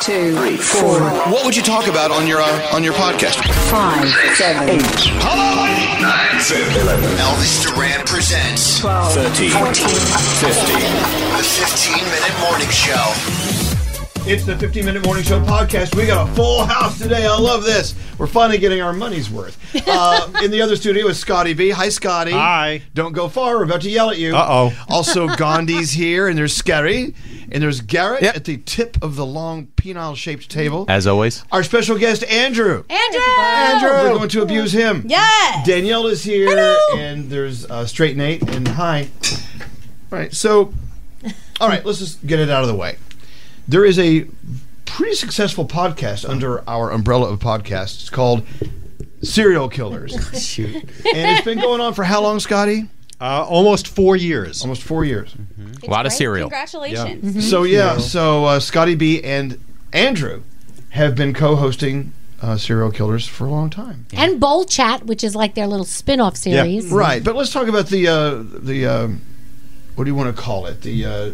two, three, four. What would you talk about on your uh, on your podcast? Five, seven, eight. Hello, nine, seven, eleven. Elvis Duran presents 12, 13, 14, 15. the 15 minute morning show. It's the 15 Minute Morning Show podcast. We got a full house today. I love this. We're finally getting our money's worth. Uh, in the other studio is Scotty B. Hi, Scotty. Hi. Don't go far. We're about to yell at you. Uh-oh. Also, Gandhi's here, and there's Scary, and there's Garrett Yep. at the tip of the long penile shaped table. As always. Our special guest, Andrew. Andrew! Andrew. We're going to abuse him. Yes! Danielle is here, and there's uh, Straight Nate, and hi. All right, so, all right, let's just get it out of the way. There is a pretty successful podcast under our umbrella of podcasts. It's called Serial Killers. and it's been going on for how long, Scotty? Uh, almost four years. Almost four years. A lot of cereal. Congratulations. So, yeah, so uh, Scotty B and Andrew have been co hosting uh, Serial Killers for a long time. and Bowl Chat, which is like their little spin-off series. Mm-hmm. Right, but let's talk about the uh, the um what do you want to call it? The uh,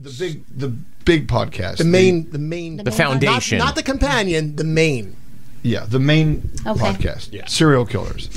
the big the big podcast. The main, the main, The foundation. Not, not the companion, the main. yeah, the main Okay. podcast. Serial killers.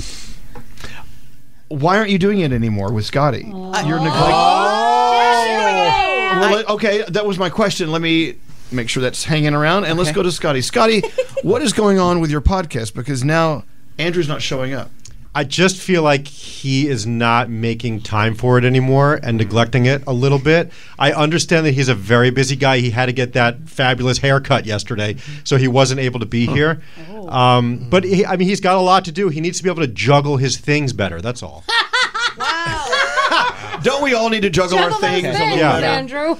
Why aren't you doing it anymore with Scotty? You're neglecting. Oh, Well, let- okay, that was my question. Let me make sure that's hanging around, and let's go to Scotty. Scotty, what is going on with your podcast? Because now Andrew's not showing up. I just feel like he is not making time for it anymore and neglecting it a little bit. I understand that he's a very busy guy. He had to get that fabulous haircut yesterday, so he wasn't able to Oh. be here. Um, but he, I mean, he's got a lot to do. He needs to be able to juggle his things better. That's all. Don't we all need to juggle our things? a little Yeah. better? Andrew.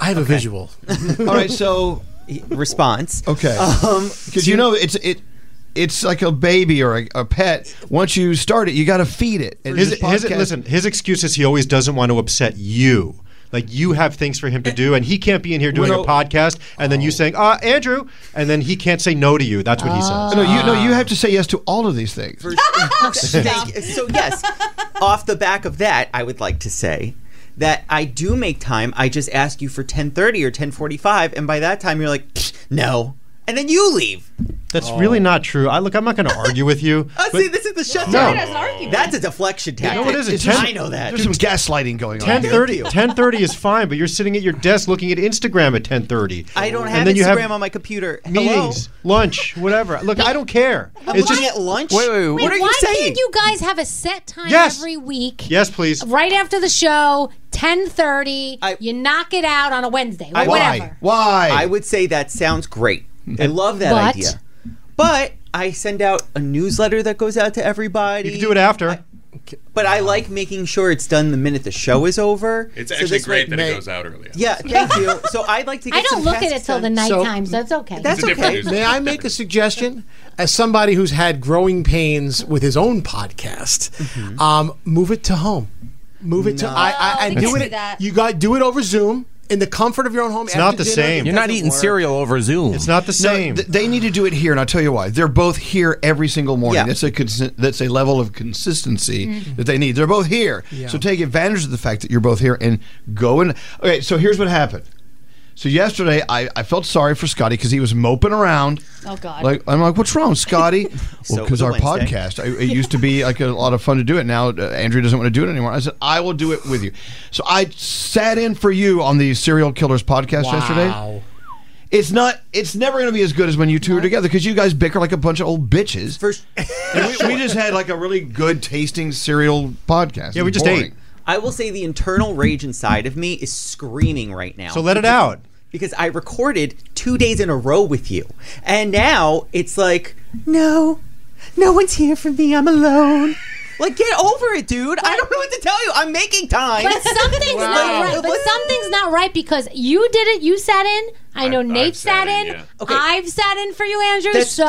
I have a visual. All right, so Um, response. Okay. Because you know it's it. It's like a baby or a, a pet. Once you start it, you got to feed it. And His, this his, podcast- listen, his excuse is he always doesn't want to upset you. Like you have things for him to do, and he can't be in here doing Well, a no- podcast, and oh. then you saying, "Uh, Andrew," and then he can't say no to you. That's what he says. No, you no, you have to say yes to all of these things. Thank- so yes, off the back of that, I would like to say that I do make time. I just ask you for 10:30 or 10:45 and by that time you're like, "No." And then you leave. That's really not true. I look. I'm not going to argue with you. Oh, see, this is the shutdown. That's a deflection tactic. No, it isn't. It's- Ten- I know that. There's some gaslighting going on. 10:30. 10:30 is fine, but you're sitting at your desk looking at Instagram at 10:30. I don't And have then you Instagram on my computer. Hello? meetings, lunch, whatever. Look, I don't care. But why at lunch? Wait, wait, wait. Wait, why can't you guys have a set time Yes. every week? Yes, please. Right after the show, ten thirty, you knock it out on a Wednesday. or whatever. Why? I would say that sounds great. I love that But- idea. But I send out a newsletter that goes out to everybody. You can do it after. but I like making sure it's done the minute the show is over. It's So actually this way great that may- it goes out early. Yeah, thank you. So I'd like to. Get I don't some look at tasks it till the done. night So- time, so it's okay. That's okay. May I make a suggestion? As somebody who's had growing pains with his own podcast, um, move it to home. Move it to I, I and Mm-hmm. do No, we can it. do that. You got do it over Zoom in the comfort of your own home. It's after not the dinner. same. It You're not doesn't eating work. cereal over Zoom. It's not the same. No, th- they need to do it here, and I'll tell you why. They're both here every single morning. Yeah. That's a cons- that's a level of consistency Mm-hmm. Mhm. that they need. They're both here, Yeah. so take advantage of the fact that you're both here and go and okay. So here's what happened. So yesterday, I, I felt sorry for Scotty because he was moping around. Oh, God. Like I'm like, what's wrong, Scotty? well, So because was our Wednesday. podcast, I, it used to be like a lot of fun to do it. Now uh, Andrew doesn't want to do it anymore. I said I will do it with you. So I sat in for you on the Serial Killers podcast yesterday. Wow. It's not. It's never going to be as good as when you two are together because you guys bicker like a bunch of old bitches. First, we, we just had like a really good tasting cereal podcast. It was boring. I will say the internal rage inside of me is screaming right now. So let it Because- out. Because I recorded two days in a row with you, and now it's like no, no one's here for me. I'm alone. Like get over it, dude. I don't know what to tell you. I'm making time. But something's not right. But something's not right because you did it. You sat in. I know Nate sat, in. I've sat in for you, Andrew. so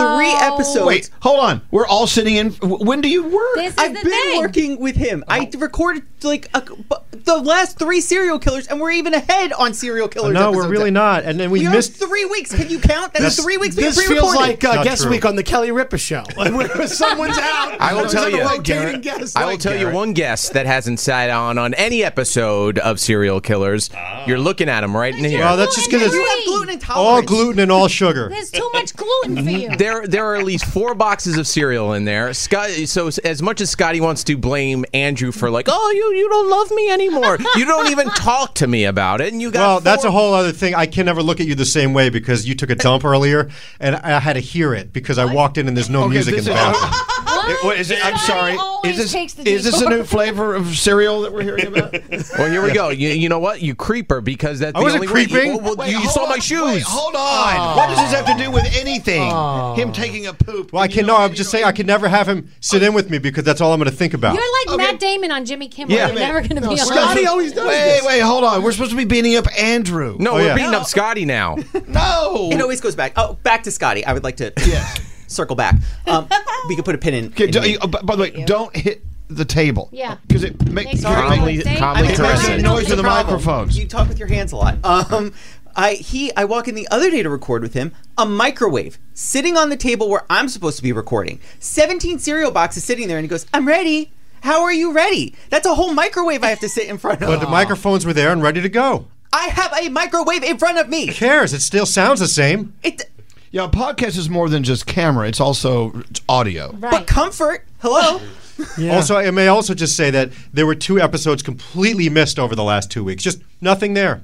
Wait, hold on. We're all sitting in. w- When do you work? Oh. This is I've the been thing. working with him. I recorded like a, bu- the last three serial killers, and we're even ahead on serial killers. no, episodes. we're really not. And then we You're missed. three weeks. Can you count? That is This- three weeks. we This pre-recorded. feels like uh, Not guest true. week on the Kelly Ripa show. Like, where someone's out. I will It's tell like a you. rotating guest. I will Like tell you Garrett. one guest that hasn't sat on on any episode of Serial Killers. Ah. You're looking at him right in here. Well, that's just because You have it's gluten all intolerance. gluten and all sugar. There's too much gluten for you. There, there are at least four boxes of cereal in there. Scott, so s- as much as Scotty wants to blame Andrew for like, oh, you, you don't love me anymore. You don't even talk to me about it, and you got. Well, that's a whole other thing. I can never look at you the same way because you took a dump earlier, and I had to hear it because I walked in and there's no Okay, music in this the is- bathroom. It- what is it? I'm sorry. Is takes this, the is this a detour. new flavor of cereal that we're hearing about? Well, here we go. You, you know what? You creeper because that's I Uh, the wasn't only way- creeping. well, well, Wait, you hold saw my on. shoes. Wait, hold on. What does this have to do with anything? Him taking a poop. Oh. Well, I can no. I'm just saying I can never have him sit in with me because that's all I'm going to think about. You're like Matt Damon on Jimmy Kimmel. Yeah. You're never going to be alone. Wait, wait, hold on. We're supposed to be beating up Andrew. Mm-hmm. No, we're beating up Scotty now. No. It always goes back. Oh, back to Scotty. I would like to circle back. Um, we could put a pin in. Okay, don't- you- oh, by by the way, don't hit the table. Yeah. Because it makes Sorry. it makes that noise with the microphones. You talk with your hands a lot. Um, I he I walk in the other day to record with him. A microwave sitting on the table where I'm supposed to be recording. Seventeen cereal boxes sitting there, and he goes, "I'm ready." How are you ready? That's a whole microwave I have to sit in front of. But the microphones were there and ready to go. I have a microwave in front of me. Who cares? It still sounds the same. Yeah, a podcast is more than just camera. It's also it's audio. But comfort, hello. Also, I may also just say that there were two episodes completely missed over the last two weeks. Just nothing there.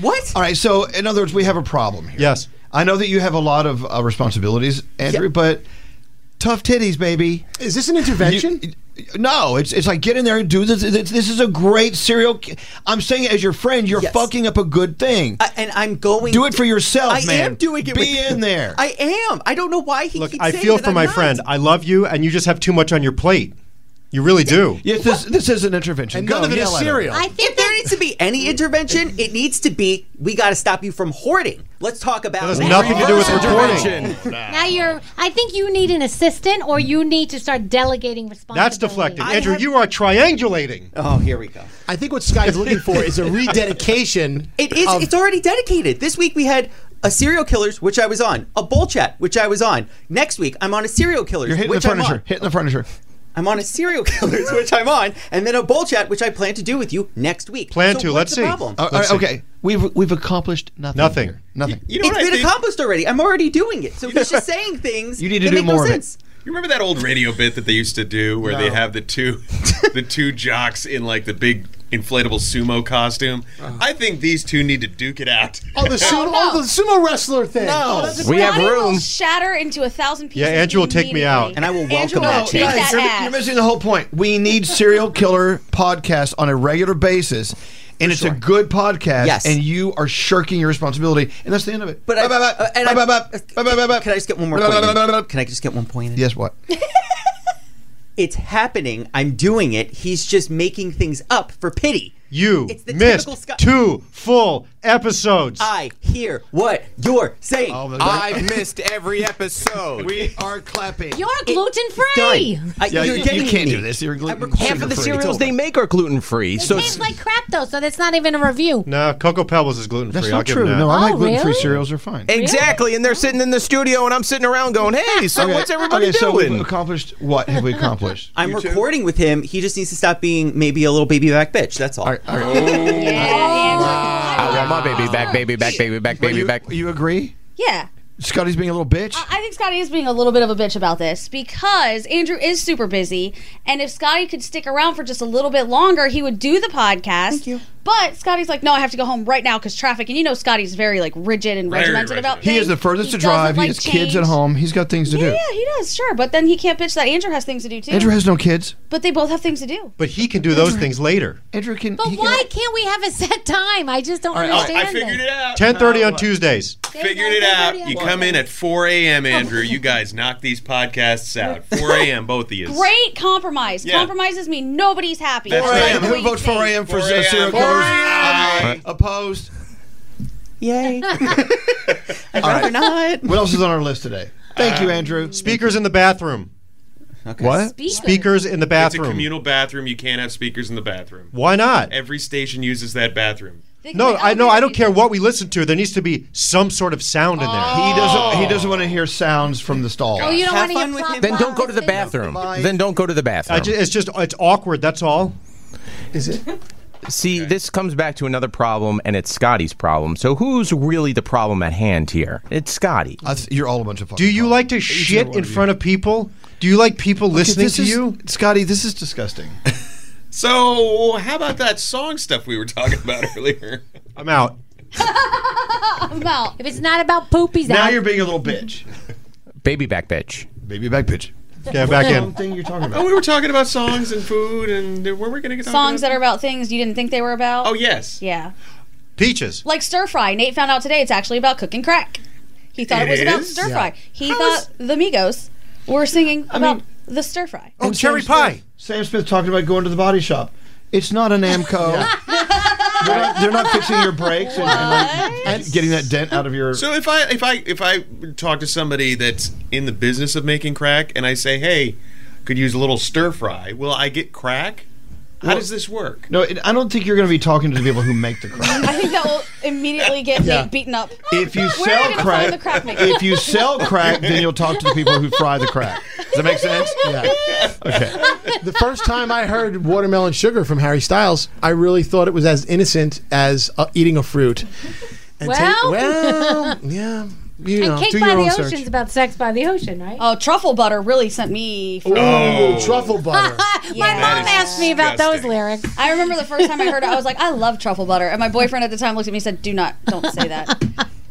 What? All right. So, in other words, we have a problem here. Yes. I know that you have a lot of uh, responsibilities, Andrew, but tough titties, baby. Is this an intervention? no, it's it's like get in there and do this. This, this is a great serial. ki- I'm saying as your friend, you're fucking up a good thing. and I'm going. Do it for yourself, I man. am doing it. Be with- in there. I am. I don't know why he Look, keeps I saying feel that for I'm my not. friend. I love you, and you just have too much on your plate. You really do. Yes, this, this is an intervention. And Go, none of it yell is at him. cereal. I if there needs to be any intervention, it needs to be we got to stop you from hoarding. Let's talk about that. has nothing to do with Reverse recording. intervention. Now you're. I think you need an assistant, or you need to start delegating responsibility. That's deflective. Andrew, you are triangulating. Oh, here we go. I think what Sky's looking for is a rededication. It is. Of, it's already dedicated. This week we had a serial killers, which I was on. A bull chat, which I was on. Next week I'm on a serial killers. You're hitting which the I'm on. furniture. Hitting the furniture. I'm on a serial killers, which I'm on, and then a bowl chat, which I plan to do with you next week. Plan So to. what's Let's the see. Problem? Uh, all right, okay. We've we've accomplished nothing. Nothing. here. Nothing. You know it's been accomplished already. I'm already doing it. So he's just saying things. You need to that do make no more of it. sense. You remember that old radio bit that they used to do where they No. have the two the two jocks in like the big inflatable sumo costume? Uh-huh. I think these two need to duke it out. Oh, the sumo, oh, the sumo wrestler thing. No. Oh, that's We have Body room. will shatter into a thousand pieces. Yeah, Andrew will take me out. immediately. And I will welcome Andrew will that take change. that You're, ass. you're missing the whole point. We need serial killer podcasts on a regular basis, and it's a good podcast. Yes. and you are shirking your responsibility, and that's the end of it. But I, uh, and I, can I just get one more Blah, point? blah, in? blah, blah, blah. Can I just get one point? in? Yes, what? It's happening. I'm doing it. He's just making things up for pity. You It's the typical missed Scott- two full episodes. I hear what you're saying. I've missed every episode. We are clapping. You're gluten free. Yeah, you- you can't do this. You're gluten- Half of the sugar-free. cereals It's they make are gluten free. It So tastes like crap though, so that's not even a review. No, Cocoa Pebbles is gluten free. That's I'll not give true. Them that. No, I like Oh, gluten-free really? cereals. Are fine. Oh. exactly, and they're sitting in the studio, and I'm sitting around going, "Hey, so Okay, what's everybody okay, so doing?" we've accomplished what have we accomplished? I'm recording with him. He just needs to stop being maybe a little baby back bitch. That's all. Oh. Oh. I want my baby back, baby back, baby back, baby back. You agree? Yeah. Scotty's being a little bitch. I think Scotty is being a little bit of a bitch about this because Andrew is super busy, and if Scotty could stick around for just a little bit longer, he would do the podcast. Thank you. But Scotty's like, no, I have to go home right now because traffic. And you know, Scotty's very like rigid and Very regimented about He is things. the furthest He to drive. he doesn't like has kids at change. home. He's got things to Yeah, do. yeah, he does, sure. But then he can't bitch that Andrew has things to do too. Andrew has no kids. But they both have things to do. But he can do those things later. Andrew can. But why can't we have a set time? I just don't right, all right, understand. I figured it out. Ten thirty on Tuesdays. Figured it out. You come in at 4 a.m., Oh. Andrew. You guys knock these podcasts out. 4 a.m., both of you. Great compromise. Yeah. Compromises mean nobody's happy. 4 a.m. Who votes 4 a.m. for uh, serial killers? Aye. Opposed. Yay. All right. What else is on our list today? Thank you, Andrew. Uh, Speakers in the bathroom. What? Speakers. Speakers in the It's a bathroom. communal bathroom. You can't have speakers in the bathroom. Why not? Every station uses that bathroom. No, I no, I don't care what we listen to. There needs to be some sort of sound in there. He doesn't. He doesn't want to hear sounds from the stall. Oh, you don't Have want to fun get with propped Then up don't go to the with it? bathroom. Then don't go to the bathroom. I ju- it's just it's awkward. That's all. Is it? See, this comes back to another problem, and it's Scotty's problem. So who's really the problem at hand here? It's Scotty. I th- you're all a bunch of. Do you like to shit in front of people? Do you like people listening this to is, you? Scotty? This is disgusting. So, how about that song stuff we were talking about earlier? I'm out. about. If it's not about poop, he's now out. you're being a little bitch. Baby back bitch. Baby back bitch. Okay, I'm back in. Thing you're talking Oh, about. we were talking about songs and food, and where we're going to get Songs that are about things you didn't think they were about. Oh yes, Yeah. Peaches. Like stir fry. Nate found out today it's actually about cooking crack. He thought it, It was about is? stir fry. He thought the Migos were singing about the stir fry. Oh, cherry Sam pie. Smith- Sam Smith talking about going to the body shop. It's not an Amco. they're, not, they're not fixing your brakes and, and, like, getting that dent out of your. So if I if I if I talk to somebody that's in the business of making crack, and I say, "Hey, could use a little stir fry," will I get crack? How does this work? no, it- I don't think you're going to be talking to the people who make the crack. I think that will immediately get Nate beaten up. If you Where are sell we gonna find the crack, crack maker? if you sell crack, then you'll talk to the people who fry the crack. Does that make sense? Yeah. Okay. The first time I heard watermelon sugar from Harry Styles, I really thought it was as innocent as uh, eating a fruit. And ta- Well. well, yeah, you know, and cake do by your the own ocean's search. about sex by the ocean, right? Oh, truffle butter really sent me. Ooh, Oh. truffle butter. My mom asked me about those disgusting. lyrics. I remember the first time I heard it, I was like, I love truffle butter. And my boyfriend at the time looked at me and said, Do not, don't say that.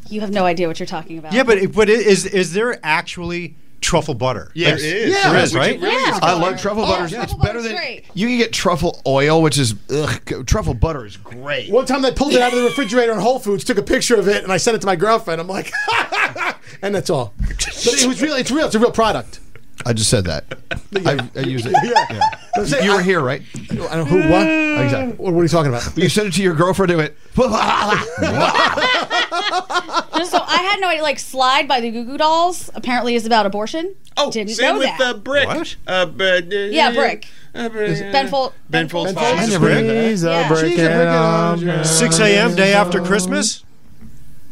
You have no idea what you're talking about. Yeah, but it, but it, is is there actually truffle butter? Yes. There There is. There is, Would you right? really Yeah. I love truffle Oh, butter. truffle it's better butter's than great. you can get truffle oil, which is ugh, truffle butter is great. One time they pulled it out of the refrigerator at Whole Foods, took a picture of it, and I sent it to my girlfriend. I'm like, and that's all. But it was real. It's real. It's a real product. I just said that. I, I use it. Yeah. That's it. You were I- here, right? Uh, I don't know who. What? Exactly. What what are you talking about? You sent it to your girlfriend. and went. so I had no idea. Like, Slide by the Goo Goo Dolls apparently is about abortion. Oh, didn't same know with that. the brick. What? Uh, but, uh, Yeah, brick. Uh, Ben Fol- Ben Ben Folds. Folds. I Folds. never heard that. Yeah. Six a.m. day after Christmas.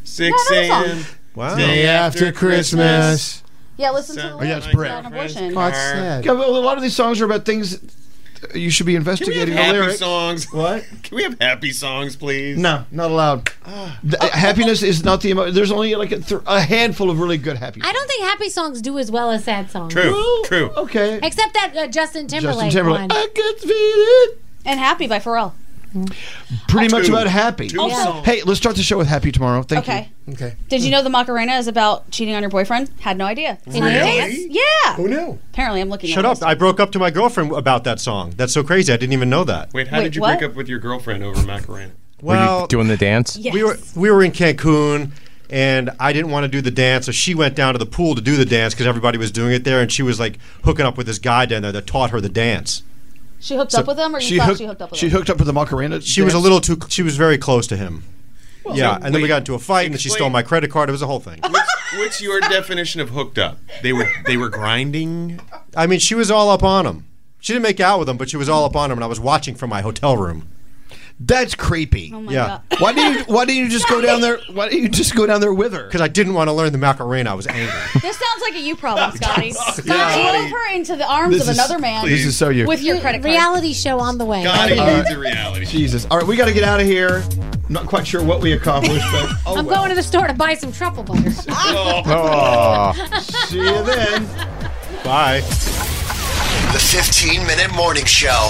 Six No, that was a.m. Wow. Day after Christmas. Yeah, listen to the Oh, yeah, it's lyrics Brit. about an abortion. Yeah, but a lot of these songs are about things you should be Can we have investigating the happy lyrics. songs? What? Can we have happy songs, please? No, not allowed. The- happiness is not the emo- There's only like a, th- a handful of really good happy. I don't think happy songs do as well as sad songs. True. Okay. Except that uh, Justin Timberlake. Timberlake. One. I could feel it. And Happy by Pharrell. Pretty much Two. about happy. Two Also- songs. Hey, let's start the show with happy tomorrow. Thank Okay. you. Okay. Did Hmm. you know the Macarena is about cheating on your boyfriend? Had no idea. It's Really? a dance. Yeah. Who knew? Apparently, I'm looking. Shut at up. I broke up to my girlfriend about that song. That's so crazy. I didn't even know that. Wait, how Wait, did you what? break up with your girlfriend over Macarena? Well, doing the dance? We were we were in Cancun and I didn't want to do the dance, so she went down to the pool to do the dance because everybody was doing it there, and she was like hooking up with this guy down there that taught her the dance. She hooked So up with him, or you she thought hooked- she hooked up with she him? hooked up with the Macarena. She was a little too. She was very close to him. Well, yeah, so and then we wait, got into a fight, and then she stole explain- my credit card. It was a whole thing. What's your definition of hooked up? They were they were grinding. I mean, she was all up on him. She didn't make out with him, but she was all up on him, and I was watching from my hotel room. That's creepy. Oh my yeah, Why didn't you? Why didn't you just go down there? Why didn't you just go down there with her? because I didn't want to learn the Macarena. I was angry. This sounds like a you problem, Scotty. Scotty, Scotty. drove her into the arms This of is- another man. this is so you. With your credit card. Reality show on the way. reality. Jesus. All right, we got to get out of here. Not quite sure what we accomplished, but oh I'm well. going to the store to buy some truffle butter. See you then. Bye. The 15 minute morning show.